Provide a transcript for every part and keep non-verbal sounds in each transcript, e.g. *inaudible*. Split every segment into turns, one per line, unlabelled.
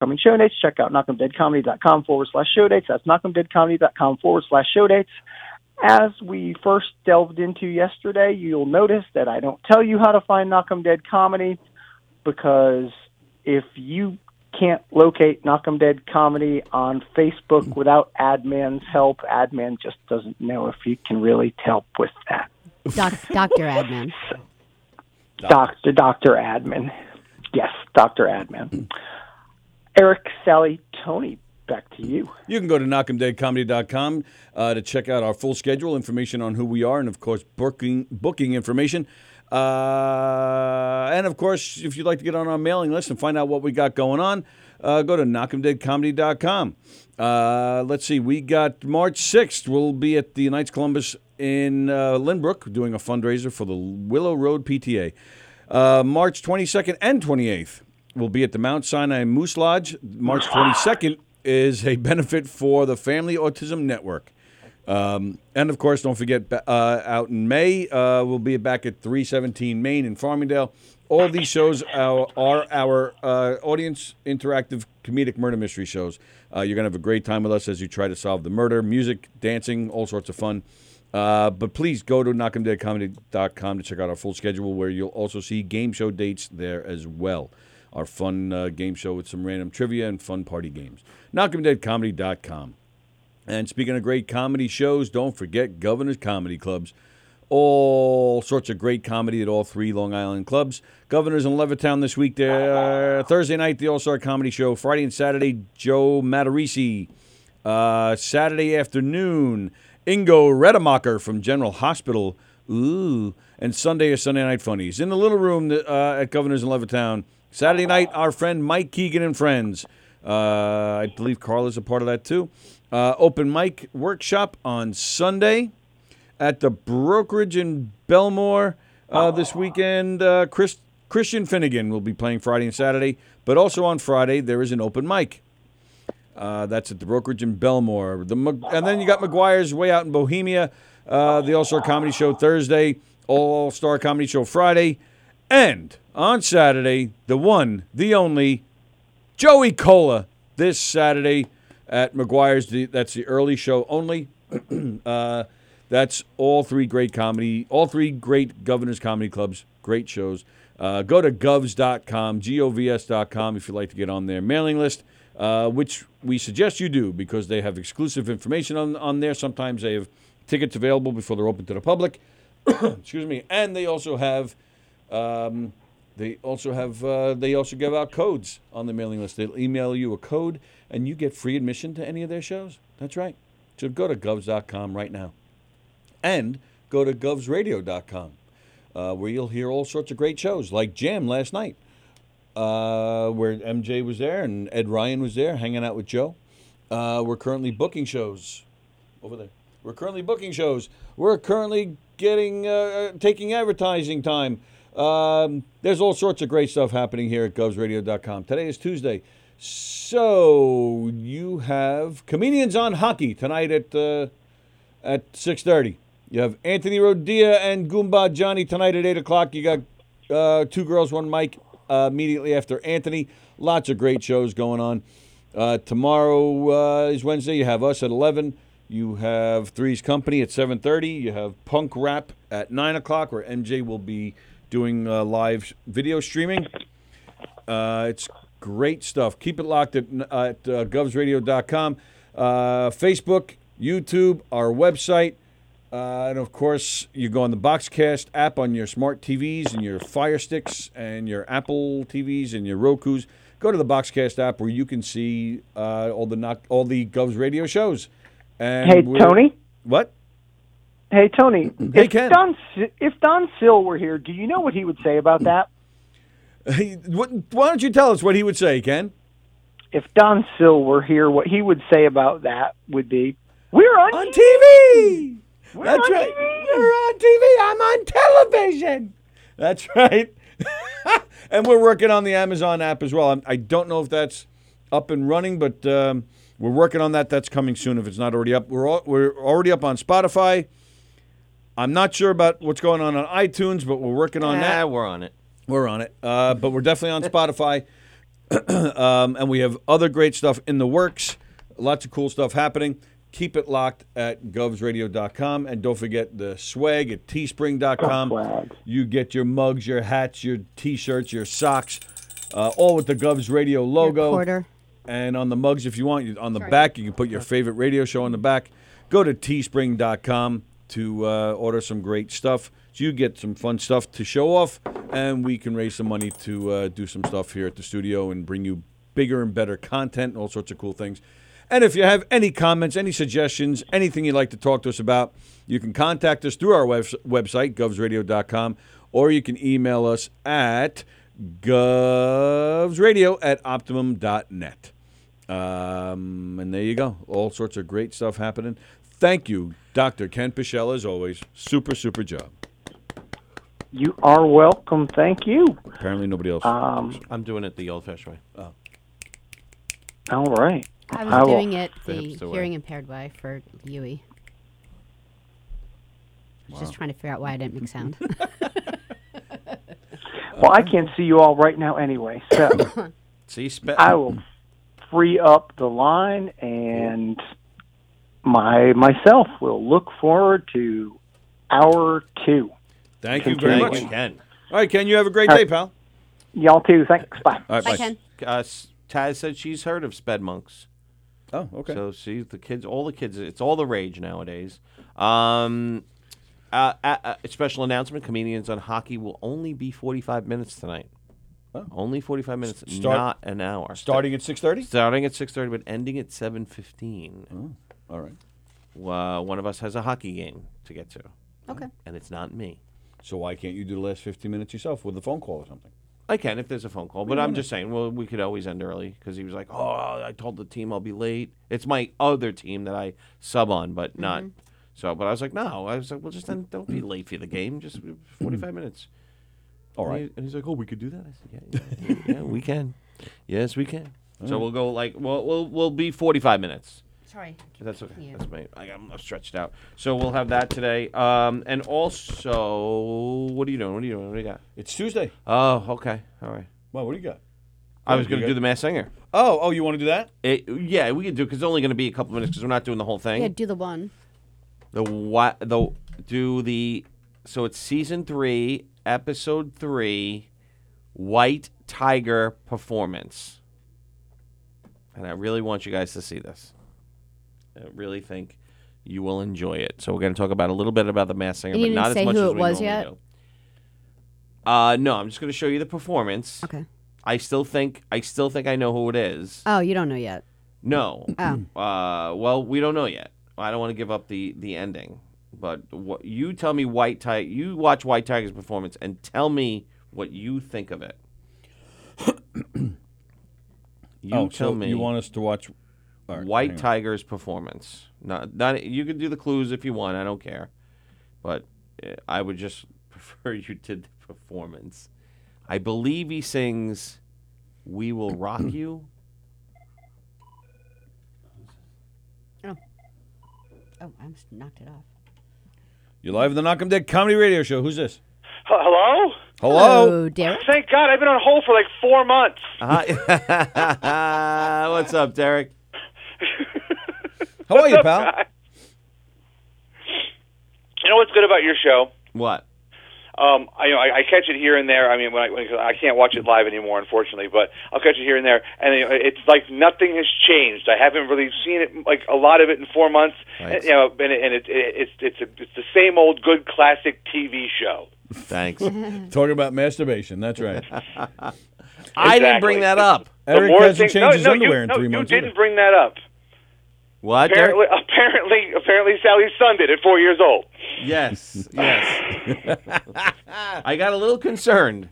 upcoming show dates, check out knockemdeadcomedy.com forward slash show dates. That's knockemdeadcomedy.com forward slash show dates. As we first delved into yesterday, you'll notice that I don't tell you how to find Knock 'em Dead Comedy because if you can't locate Knock 'em Dead Comedy on Facebook without admin's help, admin just doesn't know if he can really help with that.
Doc, Dr. Admin.
Doctor, Doctor Admin. Yes, Doctor Admin. Eric, Sally, Tony, back to you.
You can go to knockemdeadcomedy.com uh, to check out our full schedule, information on who we are, and of course, booking, booking information. Uh, and of course, if you'd like to get on our mailing list and find out what we got going on, uh, go to knockemdeadcomedy.com. Uh, let's see, we got March 6th. We'll be at the Knights Columbus in uh, Lynbrook doing a fundraiser for the Willow Road PTA. Uh, March 22nd and 28th, we'll be at the Mount Sinai Moose Lodge. March 22nd is a benefit for the Family Autism Network. Um, and of course, don't forget ba- uh, out in May, uh, we'll be back at 317 Main in Farmingdale. All these shows are, are our uh, audience interactive comedic murder mystery shows. Uh, you're going to have a great time with us as you try to solve the murder, music, dancing, all sorts of fun. Uh, but please go to knockemdeadcomedy.com to check out our full schedule where you'll also see game show dates there as well. Our fun uh, game show with some random trivia and fun party games. Knockemdeadcomedy.com. And speaking of great comedy shows, don't forget Governor's Comedy Clubs. All sorts of great comedy at all three Long Island clubs. Governor's in Levittown this week. There, Thursday night, the All Star Comedy Show. Friday and Saturday, Joe Matarisi. Uh, Saturday afternoon, Ingo Redemacher from General Hospital. Ooh. And Sunday is Sunday Night Funnies. In the little room uh, at Governor's in Levittown. Saturday night, our friend Mike Keegan and friends. Uh, I believe Carl is a part of that too. Uh, open mic workshop on Sunday at the brokerage in Belmore uh, this weekend. Uh, Chris, Christian Finnegan will be playing Friday and Saturday, but also on Friday there is an open mic. Uh, that's at the brokerage in Belmore. The Mag- and then you got McGuire's way out in Bohemia. Uh, the All Star Comedy Show Thursday, All Star Comedy Show Friday, and on Saturday the one, the only Joey Cola this Saturday at McGuire's. The- That's the early show only. *clears throat* uh, that's all three great comedy, all three great Governor's Comedy Clubs, great shows. Uh, go to govs.com, govs.com, if you'd like to get on their mailing list, uh, which we suggest you do because they have exclusive information on, on there. Sometimes they have tickets available before they're open to the public. *clears throat* Excuse me. And they also have um, they also have uh, they also give out codes on the mailing list. They'll email you a code, and you get free admission to any of their shows. That's right. So go to govs.com right now, and go to govsradio.com, uh, where you'll hear all sorts of great shows like Jam last night, uh, where MJ was there and Ed Ryan was there, hanging out with Joe. Uh, we're currently booking shows over there. We're currently booking shows. We're currently getting uh, uh, taking advertising time. Um, there's all sorts of great stuff happening here at govsradio.com. Today is Tuesday, so you have comedians on hockey tonight at uh, at 6.30. You have Anthony Rodia and Goomba Johnny tonight at 8 o'clock. You got uh, Two Girls, One Mike uh, immediately after Anthony. Lots of great shows going on. Uh, tomorrow uh, is Wednesday. You have us at 11. You have Three's Company at 7.30. You have Punk Rap at 9 o'clock, where MJ will be doing uh, live video streaming. Uh, it's great stuff. Keep it locked at, at uh, govsradio.com, uh, Facebook, YouTube, our website. Uh, and of course, you go on the Boxcast app on your smart TVs and your Fire Sticks and your Apple TVs and your Roku's. Go to the Boxcast app where you can see uh, all the knock, all the Govs Radio shows. And
Hey,
we're-
Tony?
What? *laughs*
Hey, Tony.
Hey,
if
Ken.
Don, Si- if Don Sill were here, do you know what he would say about that?
what? Why don't you tell us what he would say, Ken?
If Don Sill were here, what he would say about that would be, "We're on,
on TV. That's
on
right.
TV.
We're on TV. I'm on television. That's right. *laughs* and we're working on the Amazon app as well. I'm, I don't know if that's up and running, but um, we're working on that. That's coming soon if it's not already up. We're all, we're already up on Spotify. I'm not sure about what's going on on iTunes, but we're working on that.
we're on it.
We're on it, uh, but we're definitely on Spotify. *clears throat* um, and we have other great stuff in the works. Lots of cool stuff happening. Keep it locked at govsradio.com. And don't forget the swag at teespring.com.
Swag.
You get your mugs, your hats, your t shirts, your socks, uh, all with the Govs Radio logo.
quarter.
And on the mugs, if you want, you- on the back, you can put your favorite radio show on the back. Go to teespring.com to uh, order some great stuff. So you get some fun stuff to show off, and we can raise some money to uh, do some stuff here at the studio and bring you bigger and better content and all sorts of cool things. And if you have any comments, any suggestions, anything you'd like to talk to us about, you can contact us through our webs- website, govsradio.com, or you can email us at govsradio at optimum.net. Um, and there you go. All sorts of great stuff happening. Thank you, Dr. Ken Pichel, as always. Super, super job.
You are welcome. Thank you.
Apparently, nobody else.
I'm doing it the old-fashioned way.
All right.
I
I
was
will-
doing it
The
the
hipster way.
hearing impaired way for Yui. I was Just trying to figure out why I didn't make *laughs* sound.
Well, I can't see you all right now anyway,
*laughs*
so
See, spe-
I will free up the line and my myself will look forward to hour two.
Thank you very
Thank
much.
you, Ken.
All right, Ken, you have a great day, pal.
Y'all too. Thanks. Bye.
All right,
Hi,
bye.
Ken.
Uh, s- Taz said she's heard of sped monks.
Oh, okay.
So see the kids, all the kids, it's all the rage nowadays. Um, uh, a, a special announcement: comedians on hockey will only be forty-five minutes tonight. Only forty-five minutes,
start-
not an hour.
Starting at 6.30?
starting at six thirty, but ending at seven fifteen.
All right.
Uh, one of us has a hockey game to get to,
Okay.
and it's not me.
So why can't you do the last 15 minutes yourself with a phone call or something?
I can if there's a phone call, but I'm just saying. Well, we could always end early because he was like, "Oh, I told the team I'll be late." It's my other team that I sub on, but not.
Mm-hmm.
So, but I was like, "No," I was like, "Well, just then don't be late for the game. Just 45 minutes."
All
And,
right.
he- and he's like, "Oh, we could do that." I said, "Yeah, yeah, yeah we can. Yes, we can." So we'll go like well, we'll we'll be 45 minutes.
Sorry.
That's okay.
Yeah.
That's my. I, I'm stretched out, so we'll have that today. Um, and also, what are you doing? What are you doing? What do you got?
It's Tuesday.
Oh, okay, all right.
Well, what do you got?
I was
You
going to
got-
do the mass singer.
Oh, oh, you want to do that?
It, yeah, we can do because it's only going to be a couple minutes because we're not doing the whole thing.
Yeah, do the one.
The what? The do the so it's season three, episode three, White Tiger performance, and I really want you guys to see this. I really think you will enjoy it. So we're going to talk about a little bit about the mass singer,
You
but
didn't
not
say
as much
who
as
it
we
was
normally
yet?
do. Uh, no, I'm just going to show you the performance.
Okay.
I still think I still think I know who it is.
Oh, you don't know yet.
No.
Oh.
Uh, well, we don't know yet. I don't want to give up the the ending, but what you tell me, White Tiger, you watch White Tiger's performance and tell me what you
*coughs*
think of it. you
oh,
tell
so
me
you want us to watch... all right,
White
hang on.
Tiger's performance. Not not you can do the clues if you want. I don't care, but eh, I would just *laughs* prefer you did the performance. I believe he sings, "We will rock
*coughs*
you."
Oh, I just knocked it off.
You're live in the Knock 'em Dead Comedy Radio Show. Who's this?
Hello?
Hello?
Oh, Derek.
Thank God, I've been on hold for like four months.
Uh-huh.
Hi. *laughs* What's up, Derek?
How are you, pal?
You know what's good about your show?
What?
Um, I, you know, I, I catch it here and there. I mean, when I, when, 'cause I can't watch it live anymore, unfortunately, but I'll catch it here and there. And you know, it's like nothing has changed. I haven't really seen it, like a lot of it in four months.
Thanks.
And, you know, and, it, and it, it, it's it's a, it's the same old good classic TV show. *laughs*
Thanks.
Talking about masturbation.
*laughs*
That's right.
I didn't bring
Exactly.
that up.
the
Eric
more
hasn't
things,
changed
no,
his
no,
underwear
you,
in
no,
three
you
months.
didn't bring that up.
What? Derek?
Apparently, *laughs* apparently, apparently, Sally Sun did at four years old.
Yes. Yes. *laughs* I got a little concerned,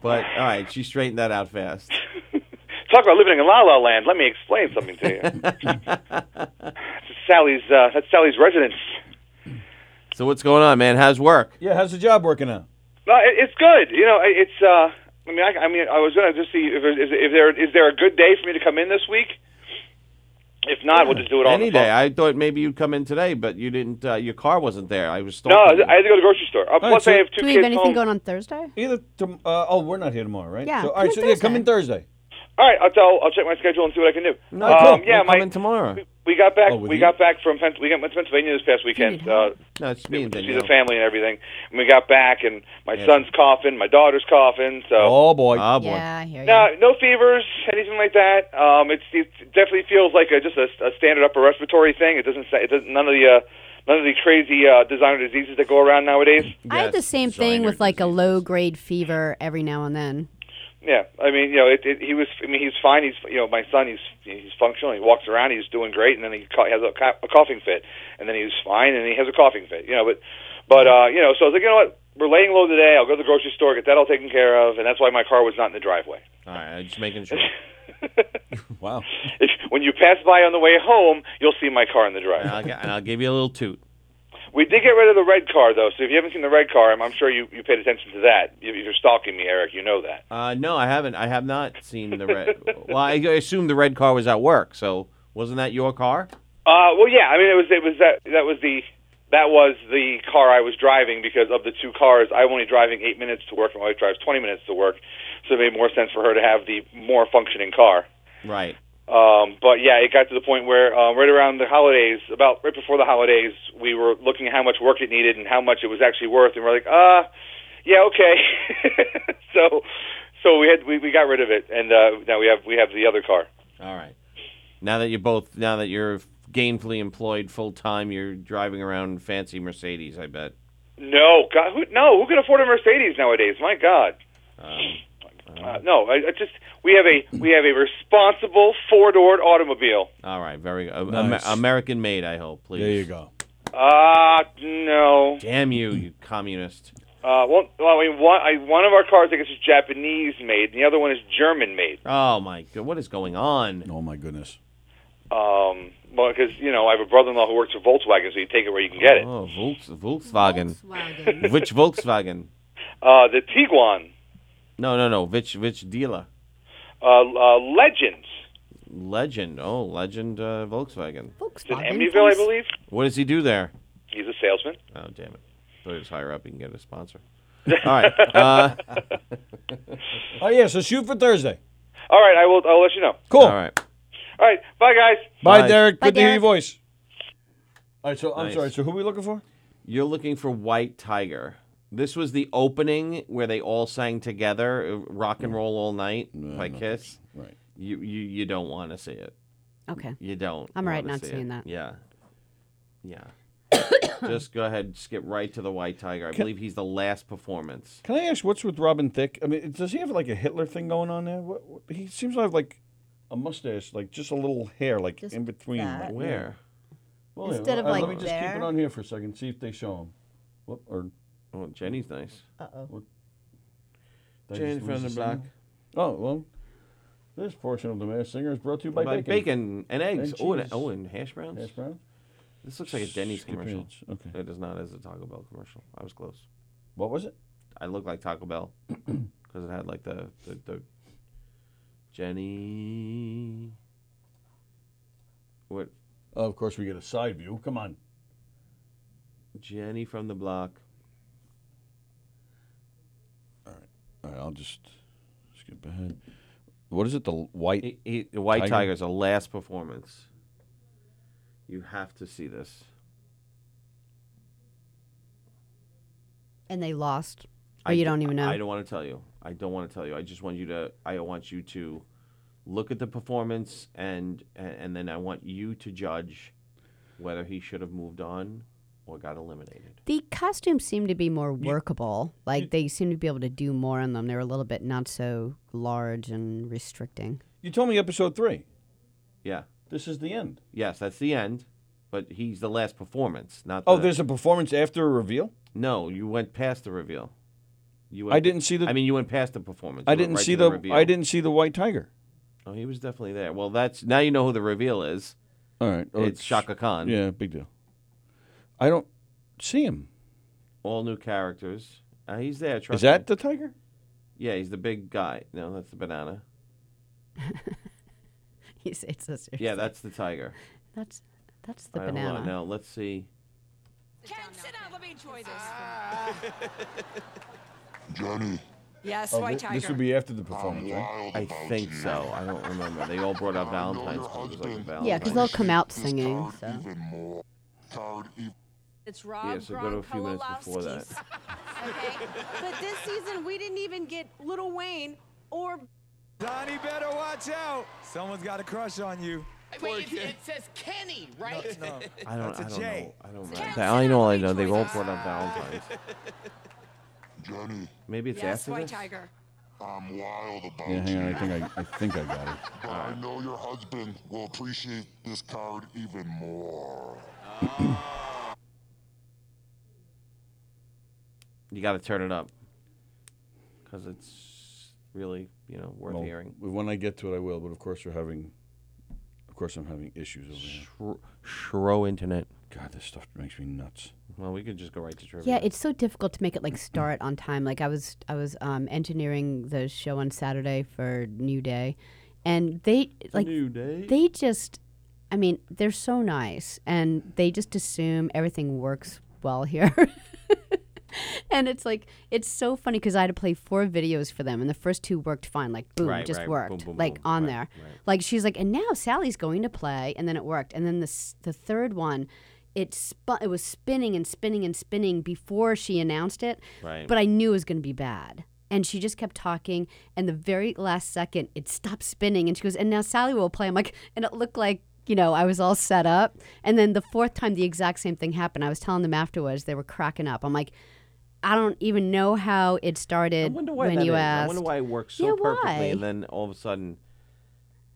but all right, she straightened that out fast.
Talk about living in La La Land. Let me explain
*laughs*
something to you. that's Sally's. Uh, that's Sally's residence.
So what's going on, man? How's work?
Yeah, how's the job working out?
No, it, it's good. You know, it, it's. Uh, I mean, I, I mean, I was gonna just see if there, is, if there is there a good day for me to come in this week. If not, we'll just do it all.
Any day. I thought maybe you'd come in today, but you didn't. Uh, your car wasn't there. I was.
no,
stalking you.
I had to go to the grocery store. Uh, plus,
so-
I have two
Do we have
kids
anything
home.
going on Thursday?
Either tom- uh, oh, we're not here tomorrow, right?
Yeah,
So, all
come
right,
in
so yeah, come in Thursday.
All right, I'll, I'll, I'll check my schedule and see what I can do.
No,
um, yeah,
I'm
my,
coming tomorrow.
we- we got back.
Oh, with
we
you?
got back from Pens- we got went to Pennsylvania this past weekend.
need
Uh,
help.
No, it's me
to
and
see
Danielle.
the family and everything. And we got back, and my son's coughing, my daughter's coughing. So
Oh boy.
Uh-huh.
Oh boy.
Yeah, I hear you.
No, no fevers, anything like that. Um, it's, it definitely feels like a, just a, a standard upper respiratory thing. It doesn't. sa- It doesn't. None of the. Uh, None of the crazy uh, designer diseases that go around nowadays.
I had the same thing with like a low grade fever every now and then.
Yeah, I mean, you know, it, it, he was. I mean, he's fine. He's, you know, my son. He's he's functional. He walks around. He's doing great, and then he ca- has a, ca- a coughing fit, and then he's fine, and he has a coughing fit. You know, but but uh, you know, so I was like, you know what, we're laying low today. I'll go to the grocery store, get that all taken care of, and that's why my car was not in the driveway.
All right, just making sure.
Wow.
If, when you pass by on the way home, you'll see my car in the driveway.
and, I'll, gi- and I'll give you a little toot.
We did get rid of the red car, though. So if you haven't seen the red car, I'm, I'm sure you, you paid attention to that. If if you're stalking me, Eric, you know that.
Uh, no, I haven't. I have not seen the red. well, I assume the red car was at work, so wasn't that your car?
Uh, well, yeah. I mean, it was it was that that was the that was the car I was driving because of the two cars. I'm only driving eight minutes to work, and my wife drives 20 minutes to work. So it made more sense for her to have the more functioning car.
Right.
Um, but yeah, it got to the point where uh, right around the holidays, about right before the holidays, we were looking at how much work it needed and how much it was actually worth, and we're like, uh, yeah, okay. *laughs* so, so we had we, we got rid of it, and uh, now we have we have the other car.
All right. Now that you're both, now that you're gainfully employed full time, you're driving around fancy Mercedes. I bet.
No, God, who, no, who can afford a Mercedes nowadays? My God. Uh, no, I, I just we have a we have a responsible four door automobile.
All right. Very uh,
Nice.
Amer- American made. I hope. Please.
There you go.
Ah, uh, no.
Damn you, you communist.
Uh, well, well, I mean, one, I, one of our cars, I guess, is Japanese made, and the other one is German made.
Oh my god, what is going on?
Oh my goodness.
Um, well, because you know, I have a brother-in-law who works for Volkswagen, so you take it where you can get it.
Oh, Volks, Volkswagen.
*laughs*
Volkswagen.
which Volkswagen?
Uh, the Tiguan,
No, no, no. Which which dealer?
uh, uh, Legends,
Legend. Oh, Legend uh, Volkswagen.
it's in
Volkswagen.
Amityville, I
please.
believe.
What does he do there?
He's a salesman.
Oh, damn it. Thought he was higher up. He can get a sponsor. All right. Uh,
Oh yeah. So shoot for Thursday.
All right, I will. I'll let you know.
Cool.
all right.
All right, bye, guys.
Bye,
Bye.
Derek.
Bye,
Good to hear your
Derek.
voice. All right. So I'm
Nice.
sorry. So who are we looking for?
You're looking for White Tiger. This was the opening where they all sang together, uh, "Rock and Roll All Night" by Kiss.
Right.
You you you don't want to see it.
Okay.
You don't.
I'm all right
wanna
not
see
seeing
it.
that.
Yeah. Yeah.
*coughs*
Just go ahead, skip right to the White Tiger. I believe he's the last performance.
Can I ask what's with Robin Thicke? I mean, does he have like a Hitler thing going on there? What, what, he seems to have like a mustache, like just a little hair, like
Just
in between.
that.
like-
Where?
Well, yeah,
Instead of,
all right,
like,
let me just keep
there.
it on here for a second, see if they show him. Whoop, or
Oh, Jenny's nice.
did I
Jenny
just
from
lose
the
signal?
block.
Oh well, this portion of the Masked Singer is brought to you by,
Like bacon. and eggs.
And
oh, and,
cheese.
oh, and hash browns.
Hash brown.
This looks like a Denny's
Skip
commercial.
it. Okay.
It is not as a Taco Bell commercial. I was close.
What was it?
I look like Taco *clears throat* Bell because it had like the, the, the Jenny. What?
Oh, of course, we get a side view. Come on.
Jenny from the block.
All right, I'll just skip ahead. What is it? The white.
He, he, the White
Tiger?
Tiger's a last performance. You have to see this.
And they lost. Or
I
you
d-
don't even know.
I don't want to tell you. I don't want to tell you. I just want you to. I want you to look at the performance, and and, and then I want you to judge whether he should have moved on or got eliminated.
The costumes seem to be more workable. Like they seem to be able to do more on them. They're a little bit not so large and restricting. *laughs*
You told me episode three.
Yeah.
This is the end.
Yes, that's the end. But he's the last performance, not.
Oh,
the-
there's a performance after a reveal.
no. You went past the reveal. You.
I didn't see the.
I mean, you went past the performance.
I
You went
didn't
right
see
to the.
the.
reveal.
I didn't see the white tiger.
Oh, he was definitely there. Well, that's now you know who the reveal is.
All right. oh,
It's Shaka Khan.
Yeah, big deal. I don't see him.
All new characters. Uh, he's there. Trust
Is that
me.
the tiger?
Yeah, he's the big guy. No, that's the banana.
You say it so seriously.
Yeah, that's the tiger.
that's that's the
All right, hold on.
banana.
Now let's see.
Ken, sit down. Let me enjoy this.
Johnny,
Yes, White
Oh,
Tiger.
This would be after the performance, right?
I think so. I don't remember. They all brought up Valentine's. But it was like a Valentine's.
Yeah, because they'll come out singing. So.
it's Rob
Yeah, so go to a few minutes before that.
Gronkowski's, okay? but this season, we didn't even get Little Wayne or
Donnie, better watch out. Someone's got a crush on you.
Wait, it, it says Kenny, right?
No.
I don't.
That's a
I don't
J.
know. I don't
Count
remember. I know. all I know. They all
down.
brought
*laughs*
up Valentine's.
Jenny,
Maybe it's
yes,
after
White
this?
Tiger.
I'm wild about
Yeah, hang
you,
on. I think I, I think I got it.
but I know your husband will appreciate this card even more.
You got to turn it up because it's really you know worth
Well,
hearing.
when I get to it, I will. But of course, we're having, of course, I'm having issues over here.
Shro, Shro internet.
God, this stuff makes me nuts.
Well, we could just go right to trivia.
Yeah, it's so difficult to make it like start on time. Like I was, I was um, engineering the show on Saturday for New Day, and they like
New day.
they just, I mean, they're so nice, and they just assume everything works well here. *laughs* And it's like it's so funny because I had to play four videos for them, and the first two worked fine, like boom,
Right,
just
right.
worked,
Boom, boom,
like
boom.
on
Right,
there.
right.
Like she's like, and now Sally's going to play, and then it worked. And then the s- the third one, it spun, it was spinning and spinning and spinning before she announced it.
Right.
But I knew it was going to be bad, and she just kept talking. And the very last second, it stopped spinning, and she goes, and now Sally will play. I'm like, and it looked like. You know, I was all set up. And then the fourth time, the exact same thing happened. I was telling them afterwards, they were cracking up. I'm like, I don't even know how it started
I wonder why
when
that
you
is.
asked.
I wonder why it works so
Yeah,
perfectly, and
why?
then all of a sudden,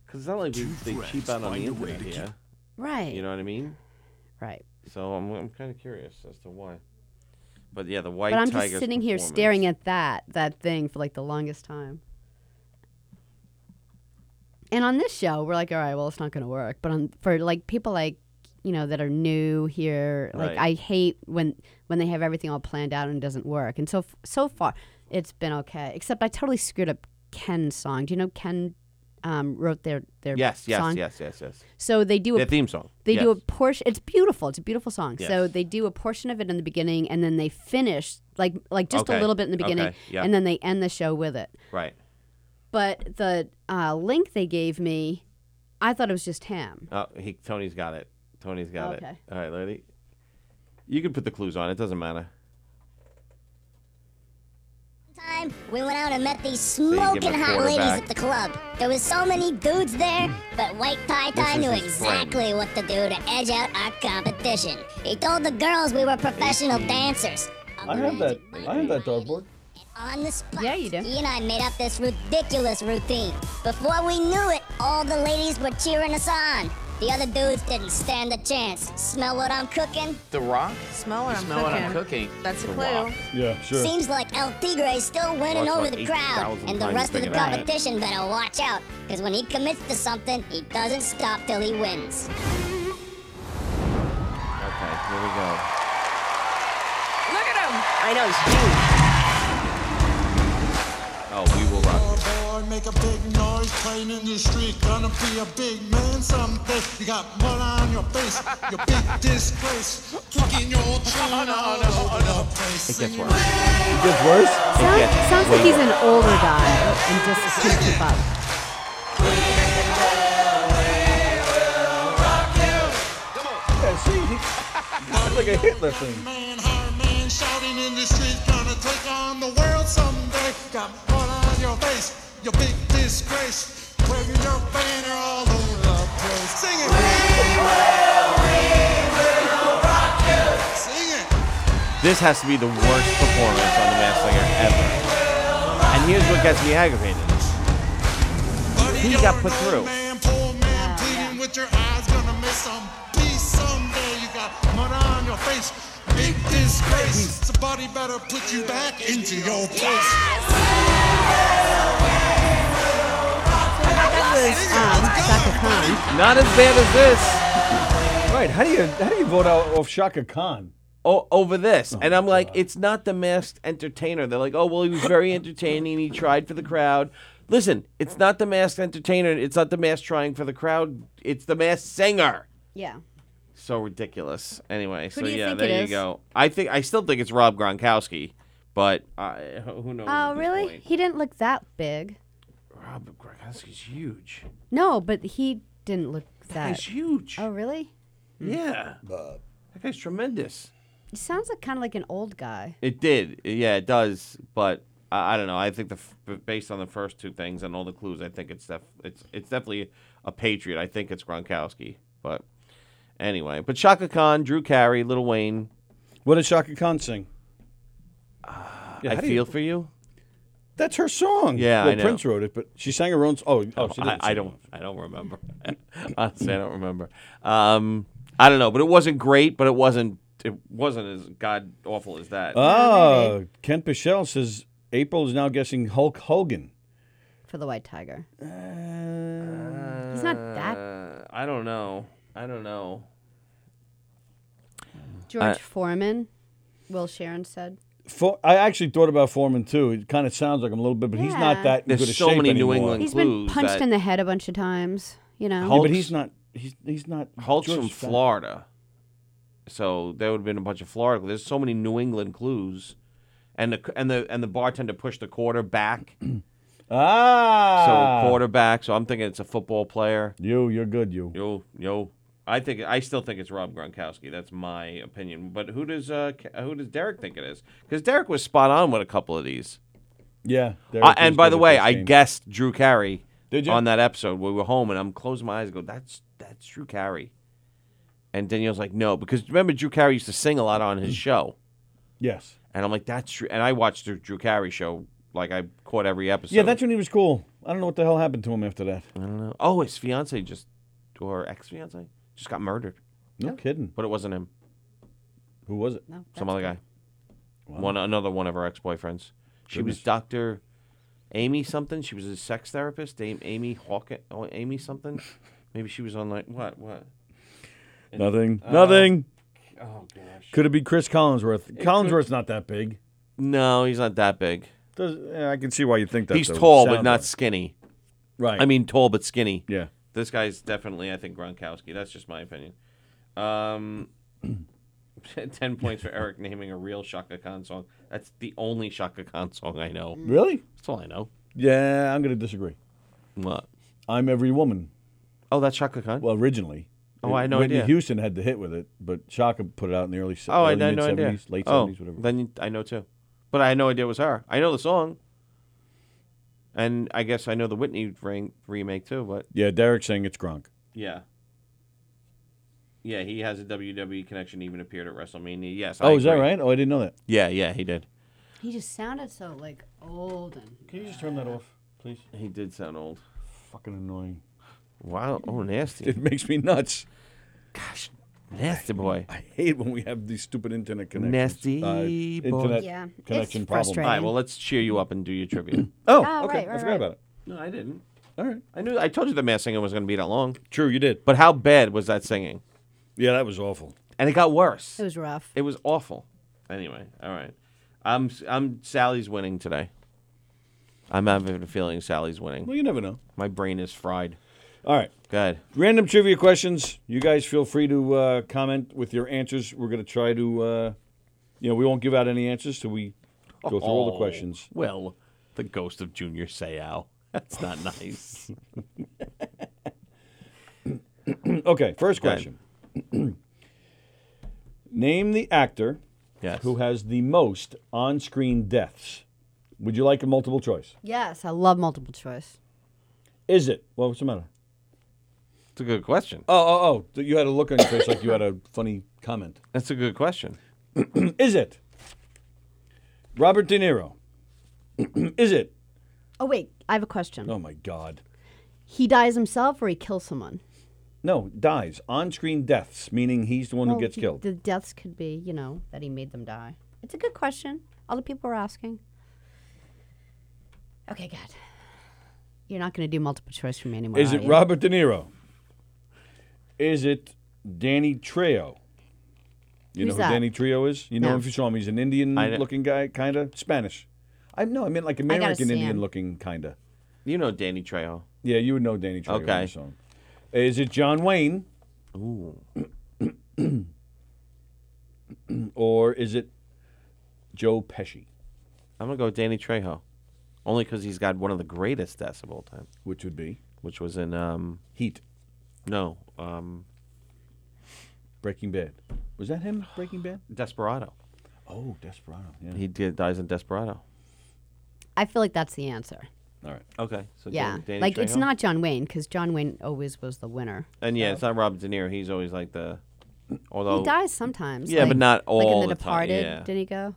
because it's not like we, they cheap out on the internet here.
Right.
You know what I mean?
right.
So I'm, I'm kind of curious as to why. But yeah, the white.
But I'm just
Tiger's
sitting here
performance-
staring at that that thing for like the longest time. And on this show, we're like, all right, well, it's not going to work. But on for like people like you know that are new here, like
Right.
I hate when when they have everything all planned out and it doesn't work. And so f- so far, it's been okay. Except I totally screwed up Ken's song. Do you know Ken um, wrote their their
Yes, yes,
song?
yes, yes, yes.
So they do a
Their theme song.
They do a
Yes.
portion. It's beautiful. It's a beautiful song. So
Yes.
they do a portion of it in the beginning, and then they finish like like just
Okay.
a little bit in the beginning,
Okay. Yeah.
and then they end the show with it.
Right.
But the uh, link they gave me, I thought it was just him.
Oh, he, Tony's got it. Tony's got it.
Okay.
All right, lady. You can put the clues on. It doesn't matter.
Time we went out and met these
give him a
smoking hot ladies
quarterback.
at the club. There was so many dudes there, but White Tie Tie
is
knew
his friend.
exactly what to do to edge out our competition. He told the girls we were professional dancers.
I have that. I have that dartboard.
On the spot,
Yeah, you do.
He and I made up this ridiculous routine. Before we knew it, all the ladies were cheering us on. The other dudes didn't stand a chance. Smell what I'm cooking?
The Rock?
Smell what
You
I'm
smell what I'm
cooking.
cooking.
That's a
The
clue.
Rock.
Yeah, sure.
Seems like El Tigre's still winning
Watched,
over
like,
the crowd,
8,000
and the
times
rest of the
thinking about it.
competition better watch out, because when he commits to something, he doesn't stop till he wins.
Oh,
Okay, here we go.
Look at him. I know he's
Oh, we will rock.
Boy, make a big noise playing in the street. Gonna be a big man someday. You got mud on your face, your big disgrace. Kicking your chin all over the place.
It gets worse.
It gets worse.
Sound,
gets
sounds
way
like he's an older guy and just can't keep up.
Yeah, see, he- it's like a Hitler thing.
Man, hard man shouting in the street. Gonna take on the world someday. Got mud on your face, your big disgrace. Waving your banner all over the place. Sing it. Sing it.
This has to be the worst performance on the Masked Singer ever. And here's what gets me aggravated. He got put through.
Man, poor man, pleading with your eyes, gonna miss some peace someday. You got mud on your face, big disgrace. Somebody better put you back into your place.
Not as bad as this.
Right? How do you how do you vote out off Shaka Khan?
Oh, over this, and I'm like, it's not the masked entertainer. They're like, oh well, he was very entertaining. He tried for the crowd. Listen, it's not the masked entertainer. It's not the masked trying for the crowd. It's the masked singer.
Yeah.
So ridiculous. Anyway, so
do you
yeah,
think
there
it
you
is?
go. I think I still think it's Rob Gronkowski, But I, who knows?
Oh,
at this
really?
point.
He didn't look that big.
Rob Gronkowski's huge.
No, but he didn't look that.
guy's huge.
Oh, really?
Yeah. That guy's tremendous.
He sounds like kind of like an old guy.
It did. Yeah, it does. But I, I don't know. I think the f- based on the first two things and all the clues, I think it's def- it's it's definitely a Patriot. I think it's Gronkowski. But anyway, but Shaka Khan, Drew Carey, Little Wayne.
What did Shaka Khan sing?
I
how do
feel
you-
for you.
That's her song.
Yeah,
well,
I know.
Prince wrote it, but she sang her own. s- Oh, oh, she didn't.
I, I
sing.
don't. I don't remember. *laughs* Honestly, I don't remember. Um, I don't know, but it wasn't great. But it wasn't. It wasn't as god awful as that.
Oh, Kent Pichelle says April is now guessing Hulk Hogan.
for the white tiger. He's not that.
Uh, I don't know. I don't know.
George Foreman, Will Sharon said.
For, I actually thought about Foreman too. It kind of sounds like him a little bit, but he's not
Yeah.
that in
There's
good a
so
shape
many New
anymore.
England-
He's been
Clues
punched
that-
in the head a bunch of times, you know.
Yeah, but
Hulk's-
he's not. He's he's not.
Hulk's
George
from
Stan-
Florida, so there would have been a bunch of Florida. There's so many New England clues, and the and the and the bartender pushed the quarter back.
Ah,
So quarterback. So I'm thinking it's a football player.
You, you're good. You.
Yo, yo. I think I still think it's Rob Gronkowski. That's my opinion. But who does uh, K- who does Derek think it is? Because Derek was spot on with a couple of these.
Yeah. there
Uh,
it
and
is,
by
good
the
at
way,
this
I
game.
guessed Drew Carey
Did you?
on that episode. We were home, and I'm closing my eyes. and Go, that's that's Drew Carey. And Danielle's like, no, because remember Drew Carey used to sing a lot on his show,
Yes.
and I'm like, that's true. And I watched the Drew Carey show. Like I caught every episode.
yeah, that's when he was cool. I don't know what the hell happened to him after that.
I don't know. Oh, his fiance just or ex fiance just got murdered,
No kidding.
but it wasn't him.
Who was it?
No,
Some
Oh, that's
other
good.
guy. One another one of her ex boyfriends. She was Doctor Amy something. She was a sex therapist. Dame Amy Hawk. Oh, Amy something. Maybe she was on like what what.
Nothing. Nothing.
Oh gosh.
Could it be Chris Collinsworth? Collinsworth's not that big.
No, he's not that big.
Does, yeah, I can see why you think that.
he's
though.
tall but
Sound
not
wise.
skinny.
Right.
I mean tall but skinny.
yeah.
This guy's definitely I think Gronkowski. That's just my opinion. Um. 10 points for Eric naming a real Shaka Khan song. That's the only Shaka Khan song I know.
Really?
That's all I know.
Yeah, I'm going to disagree.
What?
I'm every woman.
Oh, that's Shaka Khan?
Well, originally.
Oh, I had no
Whitney
idea.
Houston had the hit with it, but Shaka put it out in the early, se-
Oh, I
early mid
had
70s,
no idea.
late
oh,
70s, whatever.
Then you, I know too, but I had no idea it was her. I know the song, and I guess I know the Whitney ring, remake too. But
Yeah, Derek saying it's Gronk.
yeah, yeah, he has a WWE connection. Even appeared at WrestleMania. Yes.
Oh,
I
is that
agree.
right? Oh, I didn't know that.
Yeah, yeah, he did.
He just sounded so like old and
Can you just turn that off, please?
He did sound old.
Fucking annoying.
Wow. Oh,
It
nasty.
makes me nuts.
Gosh, nasty boy.
I hate when we have these stupid internet connections.
Nasty
uh,
boy.
internet
Yeah, it's
connection problem.
All right.
frustrating.
Well, let's cheer you up and do your *coughs* trivia.
Oh,
Ah,
okay.
right,
I
right,
forgot
right.
about it.
no, I didn't.
All right.
I knew. I told you the mass singing was going to be that long.
True, you did.
But how bad was that singing?
Yeah, that was awful.
And it got worse.
it was rough.
It was awful. Anyway, all right. I'm I'm Sally's winning today. I'm having a feeling Sally's winning.
Well, you never know.
My brain is fried.
All right.
Good.
Random trivia questions. You guys feel free to uh, comment with your answers. We're going to try to, uh, you know, we won't give out any answers till we go through all the questions.
Oh, Well, the ghost of Junior Seau. *laughs* That's
*laughs*
not nice.
Okay, first question. *clears throat* Name the actor
yes.
who has the most on screen deaths. Would you like a multiple choice?
Yes, I love multiple choice.
Is it? Well, what's the matter?
That's a good question.
Oh, oh, oh. th- You had a look on your face like you had a funny comment.
That's a good question.
*clears throat* Is it Robert De Niro? *clears throat* Is it?
Oh wait, I have a question.
Oh, my God.
He dies himself or he kills someone?
No, dies. On screen deaths, meaning he's the one
Well,
who gets
the-
killed.
The deaths could be, you know, that he made them die. It's a good question. Other people are asking. Okay, good. You're not going to do multiple choice for me anymore.
Is
are
it
you?
Robert De Niro? Is it Danny Trejo? You know
Who's
who
that?
Danny Trejo is? You know
No.
him if you saw him. He's an
I know.
Indian-looking guy, kind of Spanish. I know. I meant like
gotta
American
see him.
Indian-looking, kind of.
You know Danny Trejo.
Yeah, you would know Danny Trejo.
Okay.
Okay. Song. Is it John Wayne
Ooh.
or is it Joe Pesci?
I'm gonna go with Danny Trejo, only because he's got one of the greatest deaths of all time,
which would be,
which was in um,
Heat,
no, um,
Breaking Bad. Was that him? Breaking Bad.
Desperado.
Oh, Desperado. Yeah.
He did, dies in Desperado.
I feel like that's the answer.
All right.
Okay, so
yeah,
Dan- Danny
like it's
Trejo?
not John Wayne because John Wayne always was the winner.
and yeah, it's not Robert De Niro. He's always like the, although
he dies sometimes.
Oh. Yeah, but
like-
not all
Like in The
the time,
Departed,
yeah.
did he go?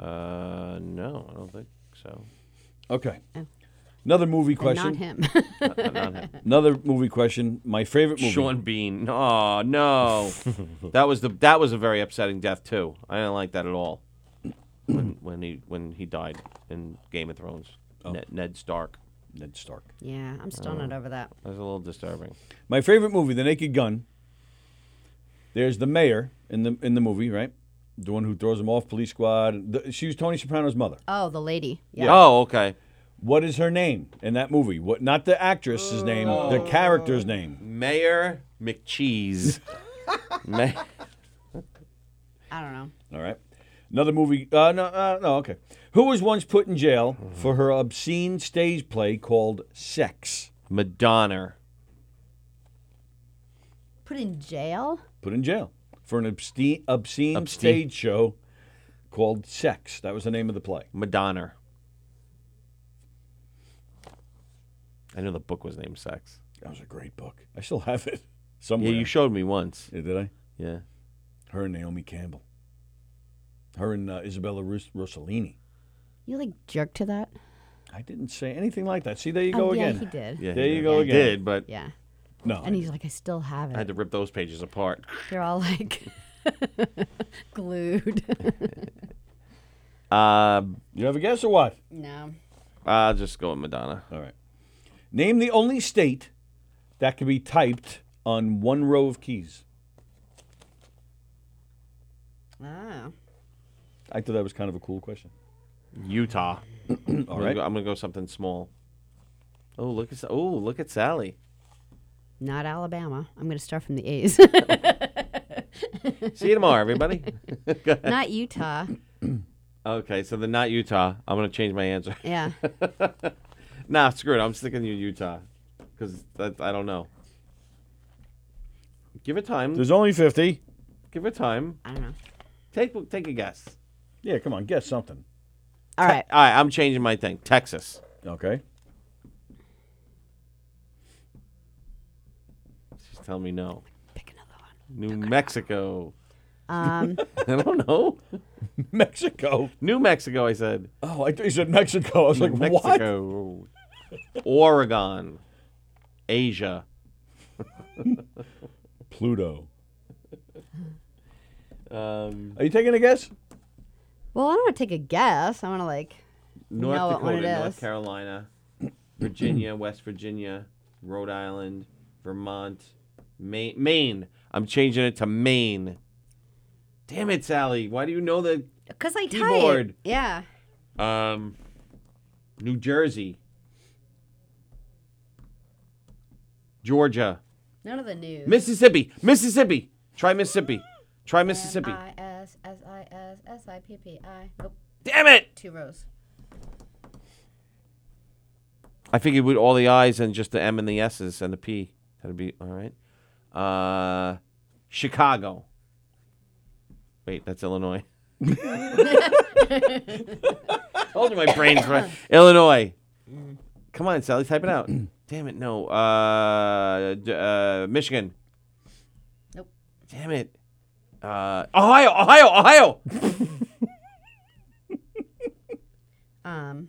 Uh, no, I don't think
*laughs*
so.
Okay. Another movie
Then
question.
Not him. *laughs*
Not, not him.
Another movie question. My favorite movie.
Sean Bean. Oh no, *laughs* that was the that was a very upsetting death too. I didn't like that at all.
*clears throat*
When, when he when he died in Game of Thrones,
Oh.
Ned, Ned Stark.
Ned Stark.
yeah, I'm still not over that.
That was a little disturbing.
My favorite movie, The Naked Gun. There's the mayor in the in the movie, right? The one who throws him off police squad. The, she was Tony Soprano's mother.
Oh, the lady. Yeah.
Oh, okay.
What is her name in that movie? What? Not the actress's name. The character's name.
Mayor *laughs* McCheese. May-
I don't know.
All right. Another movie. Uh, no, uh, no. Okay. Who was once put in jail for her obscene stage play called Sex?
Madonna.
Put in jail.
put in jail for an obscene, obscene,
Obscene.
stage show called Sex. That was the name of the play.
Madonna. I know the book was named Sex.
That was a great book. I still *laughs* have it somewhere.
Yeah, you showed me once.
Yeah, did I?
Yeah.
Her and Naomi Campbell. Her and uh, Isabella Rus- Rossellini.
You like jerk to that?
I didn't say anything like that. See, there you go
oh,
again.
Yeah, he did.
Yeah.
There
he
you
did.
go
He
again.
Did but
Yeah.
No,
And he's like, I still have
I had
it.
to rip those pages apart.
They're all like *laughs* glued.
Uh,
you have a guess or what?
no.
I'll just go with Madonna.
All right. Name the only state that can be typed on one row of keys.
Oh.
I thought that was kind of a cool question.
Utah.
*clears throat* All
I'm, gonna
right.
go, I'm gonna go something small. Oh look at oh look at Sally.
Not Alabama. I'm going to start from the A's.
See you tomorrow, everybody.
*laughs* Not Utah.
okay, so they're not Utah. I'm gonna change my answer. *laughs*
Yeah.
nah, screw it. I'm sticking to Utah because I don't know. Give it time.
There's only 50.
Give it time.
I don't know.
Take take a guess.
Yeah, come on, guess something.
All right.
All right, I'm changing my thing. Texas.
Okay.
She's telling me no.
Pick another one.
New Mexico.
Um,
*laughs* I don't know.
*laughs* Mexico.
New Mexico. I said.
Oh, I thought you said Mexico. I was like, what?
Mexico, Oregon, Asia.
Pluto.
Um,
Are you taking a guess?
well, I don't want to take a guess. I want to like.
North
know what one
Dakota,
it
North
is. *clears throat*
Carolina, Virginia, West Virginia, Rhode Island, Vermont, Maine. Maine. I'm changing it to Maine. Damn it, Sally. Why do you know the
Because I
Keyboard.
typed. Yeah.
um, New Jersey, Georgia,
None of the news.
Mississippi, Mississippi? Try Mississippi. Try Mississippi.
I S S I S S I P P I. Nope.
Damn it!
Two rows.
I figured with all the I's and just the M and the S's and the P, that'd be all right. Uh, Chicago. Wait, that's Illinois. *laughs* Told you my brain's right. Illinois. Come on, Sally, type it out. Damn it, no. Uh, d- uh, Michigan.
Nope.
Damn it. Uh, Ohio, Ohio, Ohio.
Um.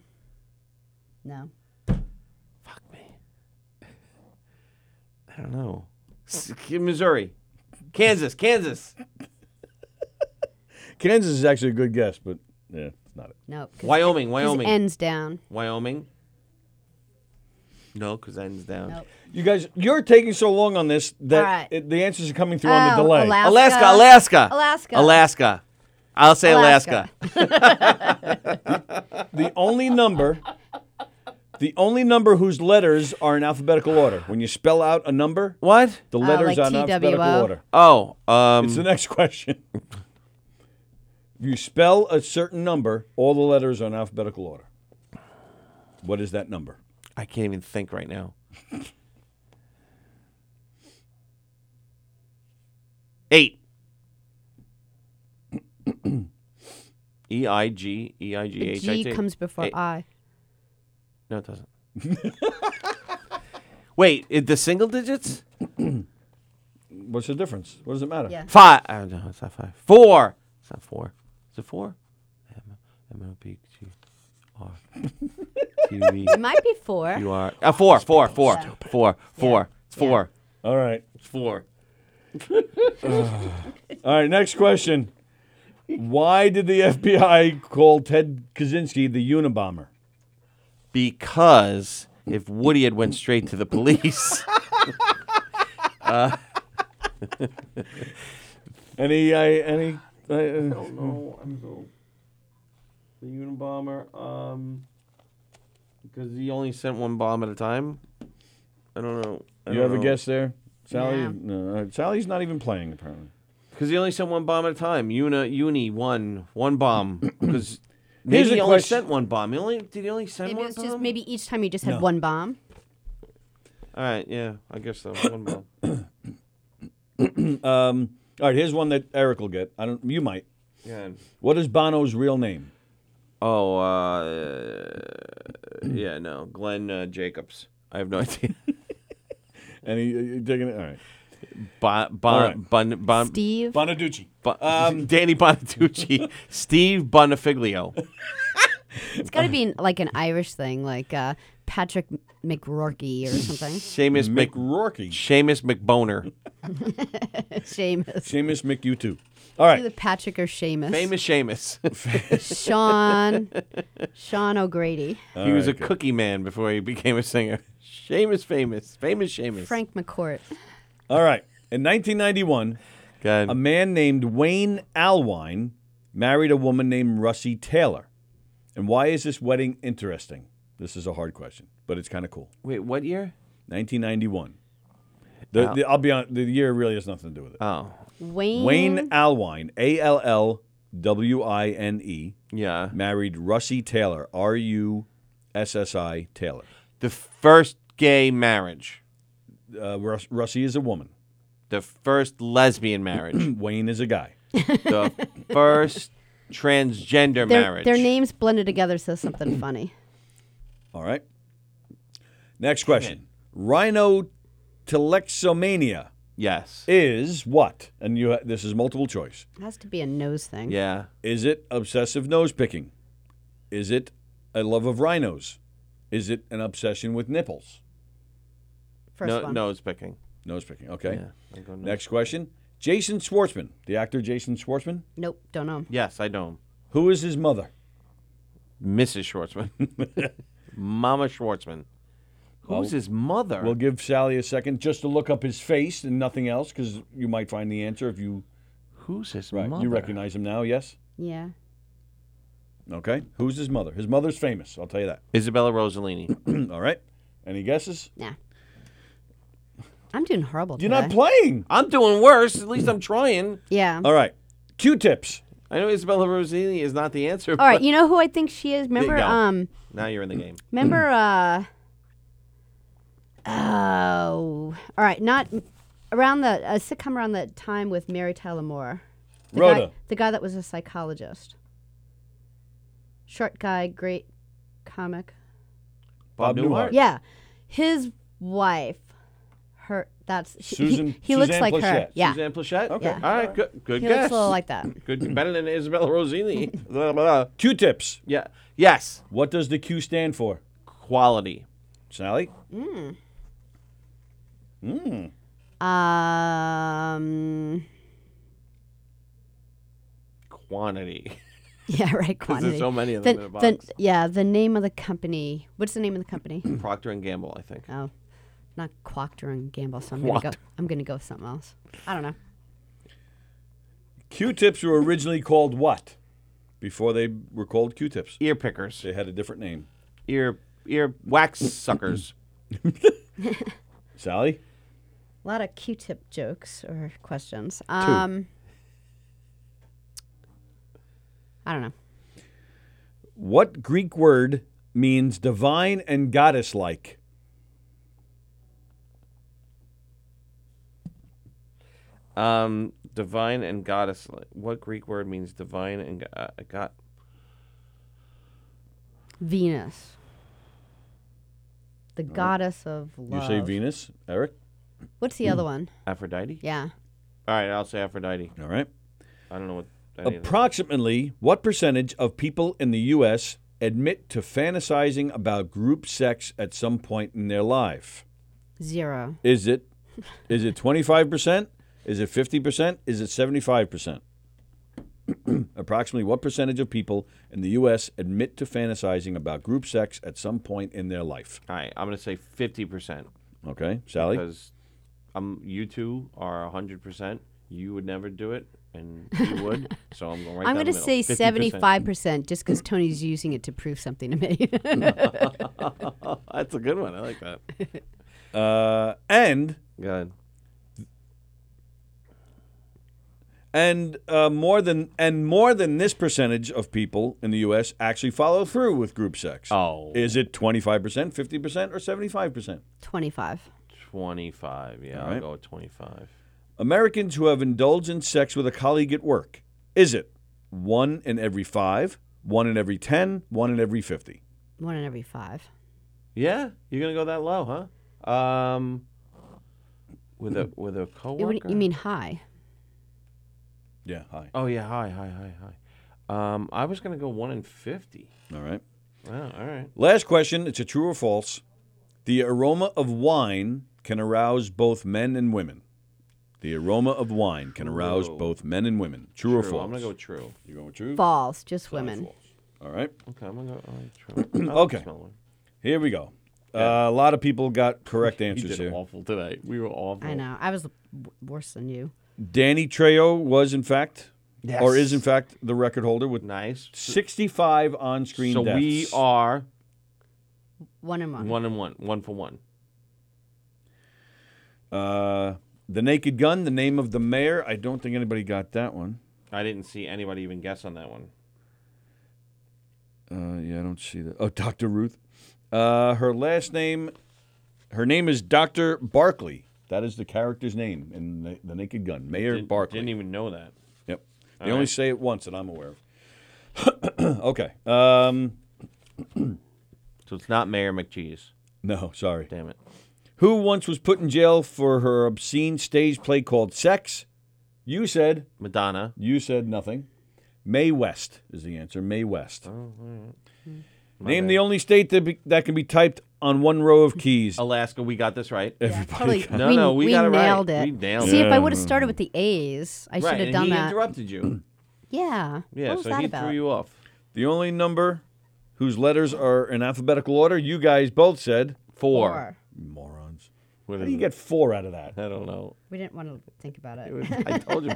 No.
Fuck me. I don't know. S- Missouri, Kansas, Kansas.
Kansas is actually a good guess, but yeah, it's not it.
Nope. 'cause- 'cause
Wyoming, Wyoming,
Ends down.
Wyoming. No, because ends down.
Nope.
You guys, you're taking so long on this that
All right.
it, the answers are coming through on the
Oh,
delay.
Alaska.
Alaska, Alaska,
Alaska.
Alaska. I'll say Alaska.
Alaska.
The only number, the only number whose letters are in alphabetical order. When you spell out a number,
What?
the letters
Oh, like
are in
TWO?
*laughs* alphabetical order.
Oh, um,
It's the next question. you spell a certain number, all the letters are in alphabetical order. What is that number?
I can't even think right now. *coughs* Eight. E I G E I G
The
H I T.
G comes before
Eight.
I.
No, it doesn't. *laughs* Wait, it, the single digits?
What's the difference? What does it matter?
Yeah.
Five. Oh, no, it's not five. Four. It's not four. Is it four? M M O P Q R Q E
It might be four.
Q R. Uh, four, four, four, four, four, four,
All right.
four.
All right, next question. Why did the *laughs* FBI call Ted Kaczynski the Unabomber?
Because if Woody had went straight to the police,
Any, uh, any, uh, uh,
no, I'm Oh, go. The Unabomber, um, because he only sent one bomb at a time. I don't know. I
you
don't
have a
know.
guess there? Sally?
Yeah.
No, uh, Sally's not even playing, apparently.
Because he only sent one bomb at a time. Una, uni, one,
*clears throat*
one bomb.
Here's
Because maybe
a
he only
question-
sent one bomb. He only did he only send
Maybe
one
it's
bomb?
just maybe each time you just had
No.
one bomb.
All right, yeah, I guess so. One
*coughs*
bomb.
All right, here's one that Eric will get. I don't. You might.
Yeah.
What is Bono's real name?
Oh, uh, yeah, no, Glenn uh, Jacobs. I have no *laughs* idea.
And he, you digging it. All right.
Bon,
All
bon,
right.
bon, bon,
Steve.
Bonaducci.
bon, *laughs* Danny Bonatucci, Steve Bonafiglio.
It's got to be an- like an Irish thing, like uh, Patrick McRorky or
*laughs*
something.
Seamus Mc,
McRorky.
Seamus McBoner.
Seamus.
Seamus McU2. All right.
Either Patrick or Seamus.
Famous *laughs*
*laughs*
Seamus. *laughs*
Sean. Sean O'Grady.
he was a cookie man before he became a singer. Seamus famous. Famous Seamus.
Frank McCourt.
All right. In 1991,
God.
a man named Wayne Alwine married a woman named Russie Taylor. And why is this wedding interesting? This is a hard question, but it's kind of cool.
Wait, what year?
1991. The, the, I'll be honest, the year really has nothing to do with it.
Oh,
Wayne.
Wayne
uh,
Alwine, A L L W I N E,
yeah.
married Russie Taylor, R U S S I Taylor.
The first gay marriage.
Uh, Russ, Russie is a woman,
The first lesbian *clears throat* marriage.
Wayne is a guy.
the first
Their,
transgender marriage.
their names blended together says
*clears throat*
something funny.
All right. Next question. Rhinotelexomania
Yes.
is what? And you ha- this is multiple choice.
It has to be a nose thing.
yeah.
Is it obsessive nose picking? Is it a love of rhinos? Is it an obsession with nipples?
First
no,
one.
nose picking.
Nose picking. Okay.
Yeah. I go nose.
Next question. Jason Schwartzman, the actor Jason Schwartzman,
Nope. Don't know.
Yes, I know.
who is his mother?
Mrs. Schwartzman. *laughs* Mama Schwartzman. Who's his mother?
We'll give Sally a second just to look up his face and nothing else because you might find the answer if you
Who's his
right,
mother?
you recognize him now, yes?
Yeah.
Okay. Who's his mother? His mother's famous, I'll tell you that. *clears throat*
Isabella Rossellini.
All right. Any guesses?
*laughs*
Nah. I'm doing horrible.
You're
today.
not playing.
I'm doing worse. At least I'm trying.
Yeah.
All right. Q-tips.
I know Isabella Rossellini is not the answer.
All right.
but
You know who I think she is? Remember?
go.
Um.
now you're in the game.
Remember, uh, oh, all right, not around the a sitcom around the time with Mary Tyler Moore. The
Rhoda.
guy, the guy that was a psychologist. Short guy, great comic.
Bob Newhart.
Yeah, his wife, her. That's he-
Susan-
He, he looks
Suzanne
like
Pleshette.
her. Yeah,
Suzanne Plachette.
Okay.
All right. Good. Good
he looks
guess.
a little like that.
good. Better than Isabella Rossellini. *laughs* Blah, blah, blah.
Q-tips.
Yeah. Yes.
What does the Q stand for?
Quality.
Sally?
Um, *laughs*
Quantity. *laughs*
yeah, right.
there's
Quantity.
so many of
The-
them in a
the-
box.
yeah, the name of the company. What's the name of the company?
Procter and Gamble. I think.
Oh, not Quackter and Gamble. So I'm gonna go.
Quacked.
I'm gonna go with something else. I don't know.
Q-tips were originally called what? Before they were called Q-tips.
Ear pickers.
They had a different name.
Ear. Ear wax suckers.
Sally?
A lot of Q-tip jokes or questions. Um, I don't know.
What Greek word means divine and goddess like?
Um, divine and goddess. What Greek word means divine and go- uh, god?
Venus, the goddess of love.
Oh. You say Venus, Hmm. Eric?
What's the other one?
Aphrodite.
Yeah.
All right, I'll say Aphrodite.
All right.
I don't know what. any of that-
Approximately what percentage of people in the U.S. admit to fantasizing about group sex at some point in their life?
Zero.
Is it is it 25%? Is it 50%? Is it 75%? *clears throat* Approximately what percentage of people in the US admit to fantasizing about group sex at some point in their life?
All right, I'm gonna say fifty percent
Okay, Sally?
because um, you two are hundred percent. You would never do it,
*laughs*
and he would. so I'm going right.
I'm
down
going
the
to
middle.
say
50%.
75% just because Tony's using it to prove something to me. *laughs*
That's a good one. I like that.
Uh, and
*laughs* Good.
and uh, more than and more than this percentage of people in the US actually follow through with group sex.
Oh.
Is it 25%, 50% or 75%?
25.
25. Yeah,
All
I'll
right.
go with 25.
Americans who have indulged in sex with a colleague at work. Is it one in every five, one in every 10, one in every 50?
One in every five.
Yeah, you're gonna go that low, huh? Um, with a with a
You,
coworker.
wouldn't- you mean high?
Yeah, hi.
Oh yeah, hi, hi, hi, hi. Um, I was gonna go one in fifty. Oh,
All right.
Wow, all right.
Last question. It's a true or false. The aroma of wine can arouse both men and women. The aroma of wine can arouse
True.
both men and women. True, or
True.
false?
I'm gonna go with true.
You going with true?
False, just women.
All right.
Okay, I'm gonna go all
*clears throat*
right, true. I
Okay.
smell one.
Here we go. Uh, a lot of people got
*laughs*
correct
We
answers
did
here.
awful today. We were awful.
I know. I was w- worse than you.
Danny Trejo was, in fact, or
Yes.
is, in fact, the record holder with
Nice.
65 on screen
so
deaths.
we are
One and one.
one and one, one for one.
Uh, the Naked Gun, the name of the mayor. I don't think anybody got that one.
I didn't see anybody even guess on that one.
Uh, yeah, I don't see that. Oh, Dr. Ruth. Uh, her last name, her name is Dr. Barkley. That is the character's name in the, the Naked Gun, Mayor
Didn't-
Barkley.
Didn't even know that.
Yep. They
All
only
right.
say it once that I'm aware of. *clears throat* okay. Um,
So it's not Mayor McCheese.
no, sorry.
Damn it.
Who once was put in jail for her obscene stage play called Sex? You said
Madonna.
You said nothing. May West is the answer. May
Oh,
West.
Hmm.
Name the only state that, be, that can be typed on one row of keys.
Alaska, we got this right.
Everybody. got-
No,
we,
no, we got it right.
nailed it.
We nailed
See,
it. Mm-hmm.
if I would have started with the A's, I
right,
should have
and
done
he
that.
interrupted you.
yeah.
Yeah,
what was
so
that
he
about?
threw you off.
The only number whose letters are in alphabetical order, you guys both said.
Four.
Four.
Morons.
What
How
is
do you
it?
get four out of that?
I don't
*laughs*
know.
We didn't want to think about it.
I told you.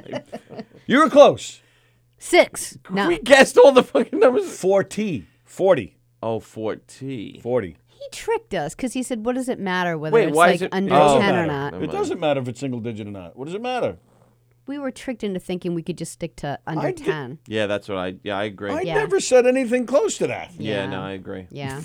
You were close.
*laughs* Six. No.
We guessed all the fucking numbers.
4T. 40.
Oh, 4T.
40.
He tricked us because he said, "What does it matter whether
Wait,
it's
why
like
is it- Oh,
under
it doesn't
ten or
matter.
not?"
No.
It doesn't matter if it's single digit or not. What does it matter?
We were tricked into thinking we could just stick to under
I did-
ten.
Yeah, that's what I. Yeah, I agree.
I
Yeah.
yeah.
never said anything close to that.
no, I agree. *laughs*
Yeah,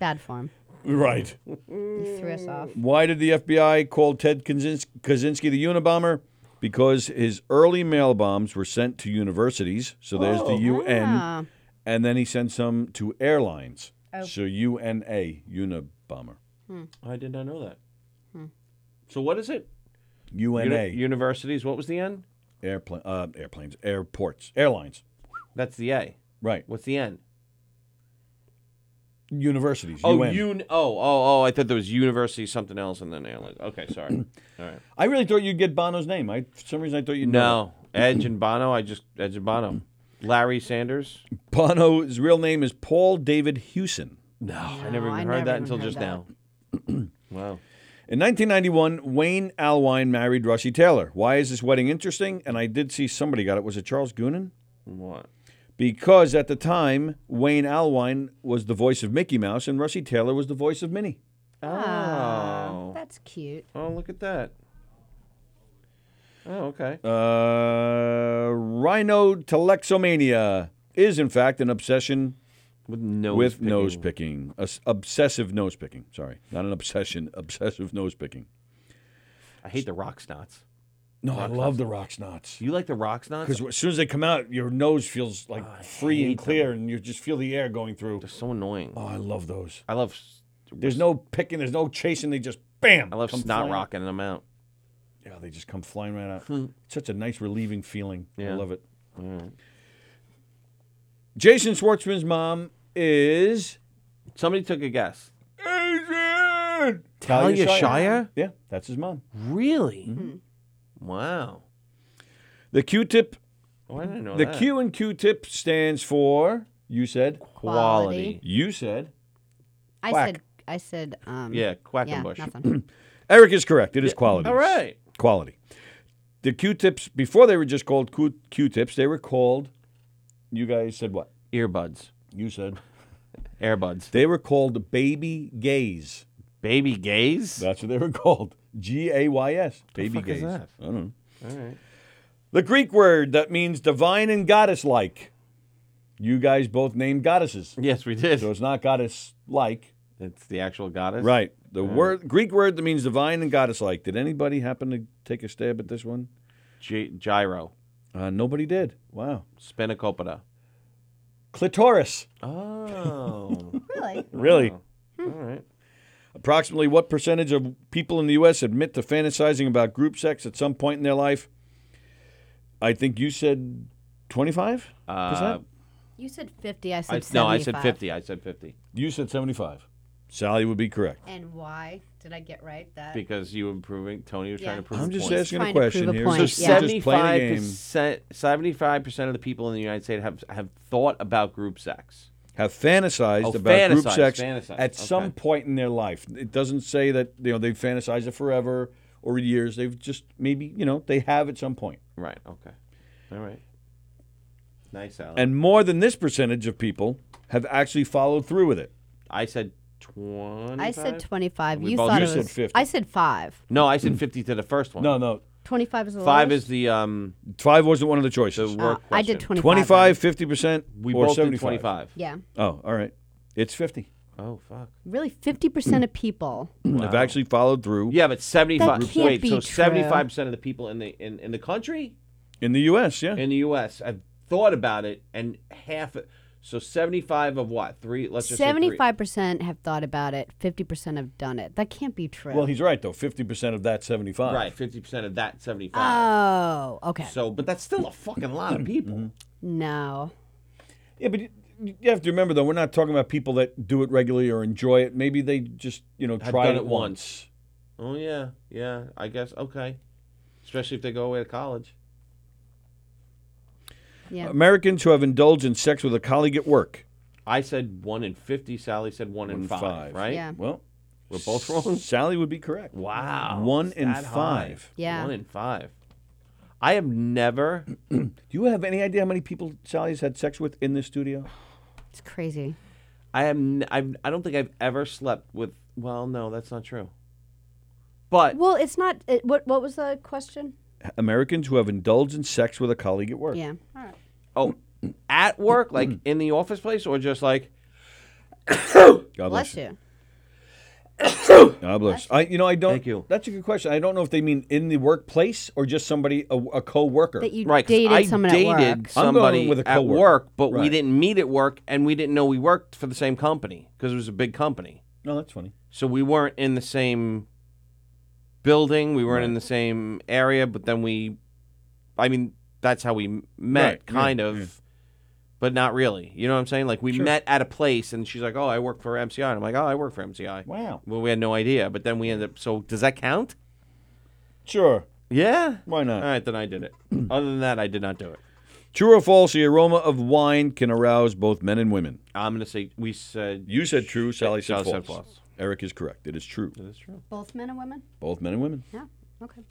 bad form.
Right.
You threw us off.
Why did the FBI call Ted Kaczynski, Kaczynski the Unabomber? Because his early mail bombs were sent to universities. So there's the UN.
Ah. Oh.
And then he sent some to airlines. So UNA, Unabomber.
I did not know that.
Hmm.
So what is it?
UNA,
Uni- universities. What was the N?
airplane, uh, airplanes, airports, airlines.
That's the A.
Right.
What's the N?
Universities.
Oh,
UN.
un- oh, oh, oh! I thought there was university, something else, and then airlines. Okay, sorry. All right.
I really thought you'd get Bono's name. I, for some reason, I thought you'd know.
No, Edge and Bono. I just Edge and Bono. Larry Sanders.
Bono's real name is Paul David Hewson.
No, I never
No,
even
I never
heard that
even
until
heard
just
that.
now. wow.
In 1991, Wayne Alwine married Russie Taylor. Why is this wedding interesting? And I did see somebody got it. Was it Charles Goonan?
What?
Because at the time, Wayne Alwine was the voice of Mickey Mouse and Russie Taylor was the voice of Minnie.
Ah,
Oh.
that's cute.
Oh, look at that. Oh, okay.
Uh, rhinotelexomania. is in fact an obsession
with nose
with
picking.
nose picking, Obs- obsessive nose picking. Sorry, not an obsession, *laughs* obsessive nose picking.
I hate the rock snots.
No, I love the rock snots
You like the rock snots?
because as soon as they come out, your nose feels like free and clear, and you just feel the air going through.
They're so annoying.
Oh, I love those.
I love. s-
There's no picking, there's no chasing. They just bam.
I love
come
snot
flying.
rocking them out.
Yeah, they just come flying right out. It's such a nice, relieving feeling. I
Hmm. Yeah. Hmm.
love it. Jason Schwartzman's mom is
Somebody took a guess.
Adrian.
Talia Shire?
Yeah, that's his mom.
Really?
Mm-hmm.
Wow.
The Q-tip.
Oh, I didn't know
the
that.
Q in Q-tip stands for. You said.
Quality.
You said.
I
Quack.
said. I said. Um,
Yeah,
Yeah.
Quackenbush.
Nothing.
Eric is correct. It is quality.
All right.
Quality. The Q-tips before they were just called Q- Q-tips. They were called. You guys said what?
Earbuds.
You
*laughs*
said.
Airbuds.
They were called baby gays.
Baby gays?
That's what they were *laughs* called. G A Y S. Baby
fuck is
gays.
that?
I don't know.
All right.
The Greek word that means divine and goddess like. You guys both named goddesses.
Yes, we did.
So it's not goddess like.
It's the actual goddess.
Right. The word Greek word that means divine and goddess like. Did anybody happen to take a stab at this one?
Gy- gyro.
Uh, nobody did. Wow. *laughs*
Spenacopita.
Clitoris.
Oh.
really?
Really?
All right.
Approximately what percentage of people in the U.S. admit to fantasizing about group sex at some point in their life? I think you said 25?
Uh,
You said fifty. I said
I, no, I said
75.
50. I said 50.
You said 75. Sally would be correct.
And why did I get right that?
Because you were proving, Tony was trying
Yeah.
to prove
I'm
a
just
point.
asking a
Trying to prove
question
a
here.
point,
So
yeah.
we're just playing a game.
75%, 75% of the people in the United States have, have thought about group sex.
Have fantasized
Oh,
about group
fantasized,
sex
fantasized,
at some
okay.
point in their life. It doesn't say that you know they fantasize it forever or years. They've just maybe you know they have at some point.
Right. Okay. All right. Nice, Alan.
And more than this percentage of people have actually followed through with it.
I said 20.
I said twenty-five.
We
You
both
thought
said-
it
You
was,
said 50.
I said five.
No, I said 50 to the first one.
No, no,
Twenty-five is the
Five
lowest?
is the um
five wasn't one of the
the
choices.
work
Uh, I did
question.
twenty-five.
25, 50 percent,
We
or
both
75.
did 25.
Yeah.
Oh, all right. It's 50.
Oh fuck.
Really, fifty percent of
*clears throat*
people.
Have actually followed through
Yeah, but 75
That can't
wait,
be
so
true.
75% of the people in the in, in the country
in the U.S. Yeah,
in the US have thought about it and half so 75 of what? 3 let's just say three.
Seventy-five percent have thought about it. Fifty percent have done it. That can't be true.
Well, he's right though. Fifty percent of that seventy-five.
Right, 50% of that 75.
Oh, okay.
so, but that's still a fucking lot
Mm-hmm.
of people.
No.
Yeah, but you, you have to remember though, we're not talking about people that do it regularly or enjoy it. Maybe they just you know
Have
tried
done
it,
it
once.
once. Oh yeah, yeah. I guess okay. Especially if they go away to college.
Yeah.
Americans who have indulged in sex with a colleague at work.
I said one in fifty. Sally said one,
One
in
in
five,
five.
Right?
Yeah.
Well,
We're both wrong.
Sally would be correct.
Wow.
One
it's
in
that high.
five.
Yeah.
One in five. I have never.
Do you have any idea how many people Sally's had sex with in this studio?
It's crazy.
I am. n- I've, I don't think I've ever slept with. Well, no, that's not true. But
Well, it's not. It, what What was the question?
Americans who have indulged in sex with a colleague at work.
Yeah. All right.
oh, at work, like in the office place, or just like
God bless,
Bless you.
you. God bless. I, you know, I don't.
Thank you.
That's a good question. I don't know if they mean in the workplace or just somebody a, a co-worker.
That you
right. 'cause
dated
I
someone at
dated
work.
somebody
with a
at
coworker.
work, but we
Right.
didn't meet at work, and we didn't know we worked for the same company because it was a big company.
no, that's funny.
So we weren't in the same building. We weren't in the same area, but then we, I mean, that's how we m- met,
Right, yeah,
kind of, but not really. You know what I'm saying? Like we met at a place, and she's like, "Oh, I work for MCI," and I'm like, "Oh, I work for MCI."
Wow.
Well, we had no idea, but then we ended up. So does that count?
Sure.
Yeah.
Why not?
All right, then I did
*clears throat*
it. Other than that, I did not do it.
True or false, the aroma of wine can arouse both men and women.
I'm gonna say we said
You said true, Sally said,
Sally
false.
said false.
Eric is correct. It is true.
that's true.
Both men and women.
Both men and women.
Yeah. Okay.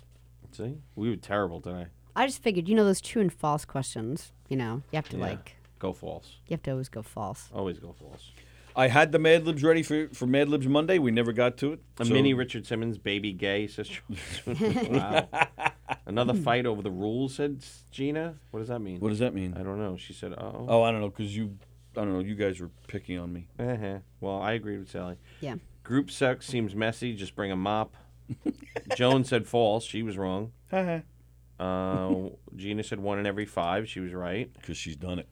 See, we were terrible today.
I just figured, you know, those true and false questions. You know, you have to like,
Go false.
you have to always go false.
Always go false.
I had the Mad Libs ready for, for Mad Libs Monday. We never got to it.
A
so- *laughs*
mini Richard Simmons, baby gay, says Charles. wow. Another fight over the rules, said Gina. What does that mean?
What does that mean?
I don't know. She said, oh.
Oh, I don't know, because you, I don't know, you guys were picking on me.
Uh-huh. Well, I agreed with Sally.
Yeah.
Group sex seems messy. Just bring a mop. *laughs* Joan said false. She was wrong.
*laughs* Uh-huh.
Uh, Gina said one in every five. She was right.
Because she's done it.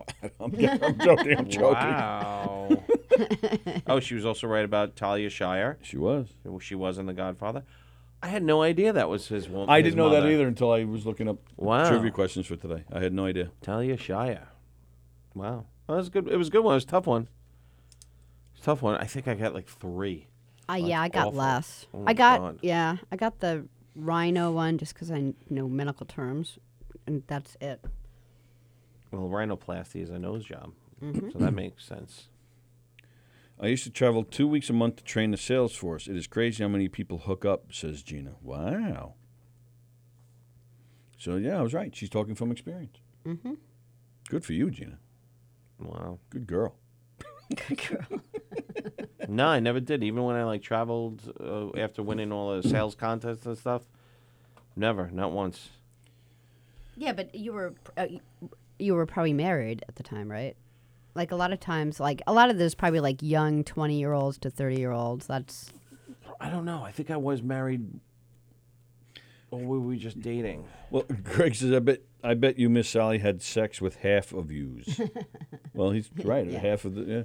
*laughs* I'm, I'm joking. I'm joking.
Wow. *laughs* oh, she was also right about Talia Shire.
She was.
Well, She was in The Godfather. I had no idea that was his woman.
I didn't know that either until I was looking up
Wow.
trivia questions for today. I had no idea.
Talia Shire. Wow. That was good. It was a good one. It was a tough one. It's tough one. I think I got like three.
Uh, yeah, I got
awful.
less.
Oh my
I got
God.
yeah, I got the rhino one just because I kn- know medical terms, and that's it.
Well, rhinoplasty is a nose job,
Mm-hmm.
so that makes sense.
I used to travel two weeks a month to train the sales force. It is crazy how many people hook up, says Gina. Wow. So, yeah, I was right. She's talking from experience.
Mm-hmm.
Good for you, Gina.
Wow.
Good girl.
No, I never did. Even when I like traveled uh, after winning all the sales contests and stuff, never, not once.
Yeah, but you were pr- uh, y- you were probably married at the time, right? Like a lot of times, like a lot of this probably like young twenty year olds to thirty year olds. That's
I don't know. I think I was married, or were we just dating?
Well, *laughs* Greg says, I bet, I bet you Miss Sally had sex with half of yous. well, he's right. Half of the. Yeah.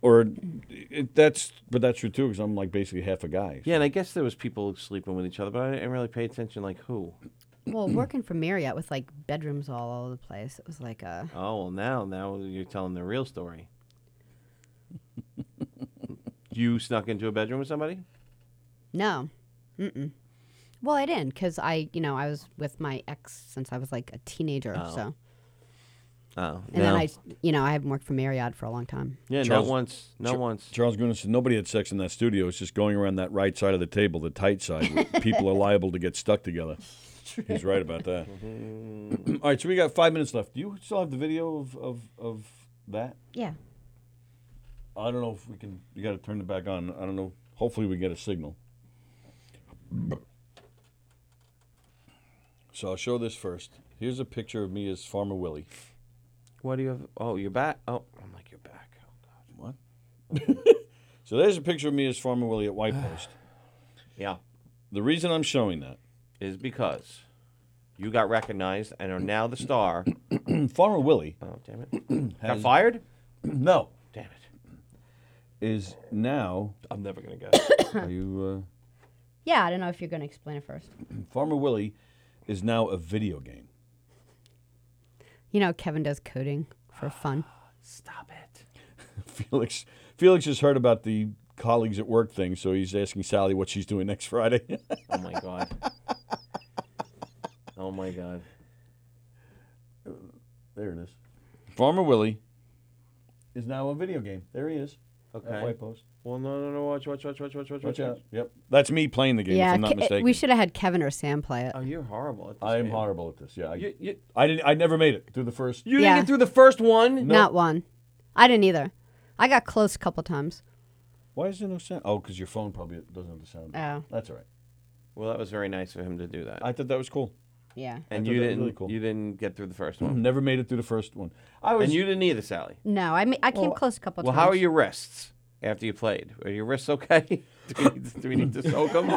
Or it, that's, but that's true too, because I'm like basically half a guy.
Yeah, and I guess there was people sleeping with each other, but I didn't really pay attention. Like who? *clears throat*
well, working for Marriott with like bedrooms all over the place. It was like uh, a
Oh, well, now now you're telling the real *laughs* story. you snuck into a bedroom with somebody?
no, mm. Well, I didn't because I, you know, I was with my ex since I was like a teenager.
Oh.
So,
Oh,
and then I, s- you know, I haven't worked for Marriott for a long time.
yeah, not
Charles-
once, not
Char-
once.
Charles Goonan said nobody had sex in that studio. It's just going around that right side of the table, the tight side. where people are liable to get stuck together. He's right about that. *clears throat* All right, so we got five minutes left. Do you still have the video of, of, of that?
Yeah.
I don't know if we can. You got to turn it back on. I don't know. Hopefully, we get a signal. So I'll show this first. Here's a picture of me as Farmer Willie.
What do you have? Oh, you're back. Oh, I'm like you're back. Oh God.
What? so there's a picture of me as Farmer Willie at White Post.
Yeah,
The reason I'm showing that *clears throat*
is because you got recognized and are now the star.
Farmer Willie
*coughs*
*clears throat*
oh damn it! got
Has-
*coughs* fired?
no
Damn it!
is now.
I'm never gonna *coughs* guess.
Are you
Yeah, I don't know if you're going to explain it first.
uh, Farmer Willie is now a video game. *laughs*
You know, Kevin does coding for
*sighs*
fun.
Stop it!
Felix Felix has heard about the colleagues at work thing, so he's asking Sally what she's doing next *laughs* Friday.
Oh my god. oh my god.
there it is. Farmer Willie is now a video game. There he is.
Okay.
At White Post.
Well, no, no, no. Watch, watch, watch, watch, watch, watch,
Watch out. Yep. That's me playing the game,
yeah,
if I'm not
Ke- eh,
mistaken.
we should have had Kevin or Sam play it.
Oh, you're horrible at this.
I am
game.
horrible at this. Yeah. I,
You, you,
I didn't I never made it through the first
you
Yeah.
didn't get through the first one.
Not one. I didn't either. I got close a couple times.
Why is there no sound? Oh, because your phone probably doesn't have the sound.
Oh.
That's all right.
Well, that was very nice of him to do that.
I thought that was cool.
Yeah.
and
thought that
you
was
didn't.
really cool.
You didn't get through the first one.
Never made it through the first one. I was
And you didn't either, Sally.
No, I mean, I came close a couple
Well,
times.
how are your wrists after you played? Are your wrists okay? *laughs* do, we need, do we need to soak them?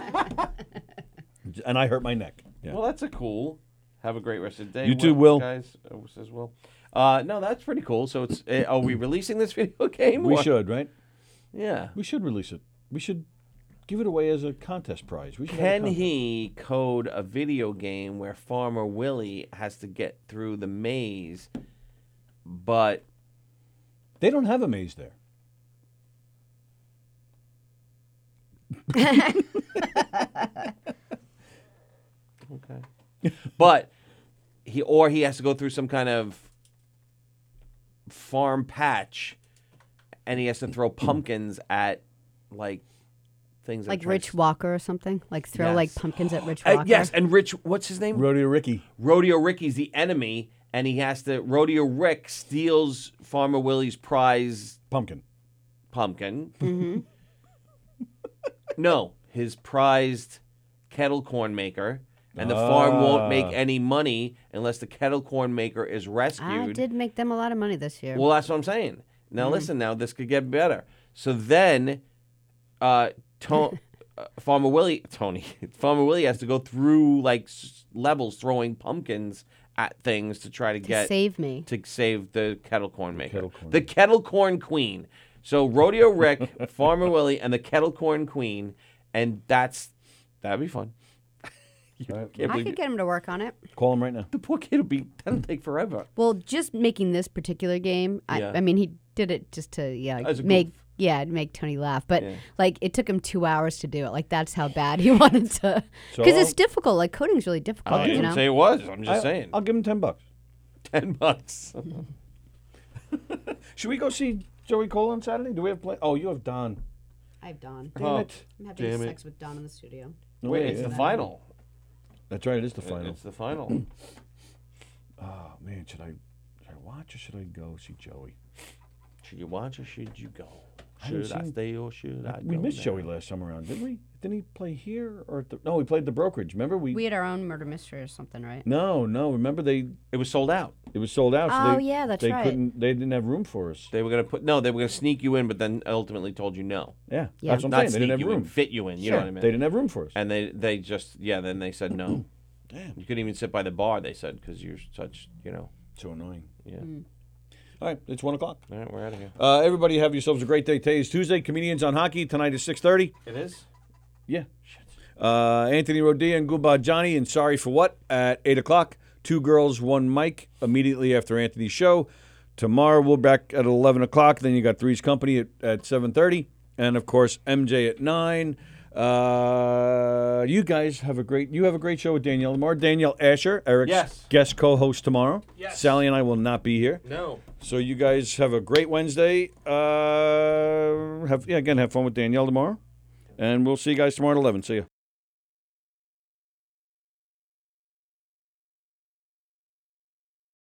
and I hurt my neck. Yeah.
Well, that's a cool. Have a great rest of the day.
You too, Will.
Guys, uh, says Will. Uh, no, that's pretty cool. So it's uh, are we releasing this *laughs* video game?
we
or-
should, right?
Yeah.
We should release it. We should give it away as a contest prize. We should have a
Can
contest.
he code a video game where Farmer Willie has to get through the maze, but
They don't have a maze there.
okay, but he or he has to go through some kind of farm patch, and he has to throw pumpkins at like things that
like
are trying
Rich
to-
Walker or something? Like throw
Yes.
like pumpkins at Rich Walker?
Uh, yes, and Rich, what's his name?
Rodeo Ricky.
Rodeo Ricky's the enemy, and he has to. Rodeo Rick steals Farmer Willie's prize
Pumpkin.
pumpkin.
Mm-hmm.
*laughs* no, his prized kettle corn maker, and the farm
Ah.
won't make any money unless the kettle corn maker is rescued.
I did Mm-hmm. make them a lot of money this year.
Well, that's what I'm saying. Now listen, now this could get better. So then, uh,
*laughs*
to- uh, Farmer Willie, Tony, *laughs* Farmer Willie has to go through like s- levels throwing pumpkins at things to try to, get
save me.
to save the kettle corn maker, the kettle corn, queen. So Rodeo Rick,
*laughs*
Farmer Willie, and the kettle corn queen, and that's that'd be fun. *laughs* You can't
I
believe
could
it.
get him to work on it.
Call him right now.
the poor kid will be that'll take forever.
Well, just making this particular game, I,
Yeah.
I mean, he did it just to yeah like,
As a
make
goof.
yeah to make Tony laugh, but
Yeah.
like it took him two hours to do it. Like that's how bad he *laughs* wanted to,
So-
because it's difficult. Like coding's really difficult,
I
you
didn't
know.
say it was. I'm just
I-
saying.
I'll give him ten bucks. *laughs*
Ten bucks.
Should we go see Joey Cole on Saturday? Do we have play? Oh, you have Don.
I've Don.
Damn it.
I'm having
Damn it.
sex with Don in the studio.
No,
Wait,
Oh, yeah,
Oh. it's the
yeah.
final.
That's right. It is the final.
It's
*clears throat*
the final.
Oh man, should I should I watch or should I go see Joey?
should you watch or should you go?
I haven't
Should I
seen-
stay or should I go?
we missed
now?
Joey last time around, didn't we? Didn't he play here or at the? No, he played the brokerage. Remember we?
We had our own murder mystery or something, right?
no, no. Remember they?
It was sold out.
It was sold out. So
Oh,
they,
yeah, that's
they
right.
couldn't. They didn't have room for us.
They were gonna put no. They were gonna sneak you in, but then ultimately told you no.
Yeah,
Yeah.
that's what I'm
Not
saying. They
sneak
didn't have
you in,
room.
fit you in. You know what I mean?
They didn't have room for us.
And they they just yeah. Then they said no.
Damn.
You couldn't even sit by the bar. They said because you're such you know.
so annoying.
Yeah.
All right, it's one o'clock.
All right, we're out of here.
Uh, everybody have yourselves a great day. Today is Tuesday. Comedians on Hockey. Tonight is 6.30.
It is.
Yeah. Uh, Anthony Rodia and Goodbye Johnny and Sorry for What at 8 o'clock. Two Girls, One Mike immediately after Anthony's show. Tomorrow we're back at 11 o'clock. Then you got Three's Company at, at 7.30. And, of course, MJ at 9. Uh, you guys have a great you have a great show with Danielle Lamar. Danielle Asher, Eric's
Yes.
guest co-host tomorrow.
Yes.
Sally and I will not be here.
No.
So you guys have a great Wednesday. Uh, have yeah, again, have fun with Danielle tomorrow, and we'll see you guys tomorrow at eleven. See ya.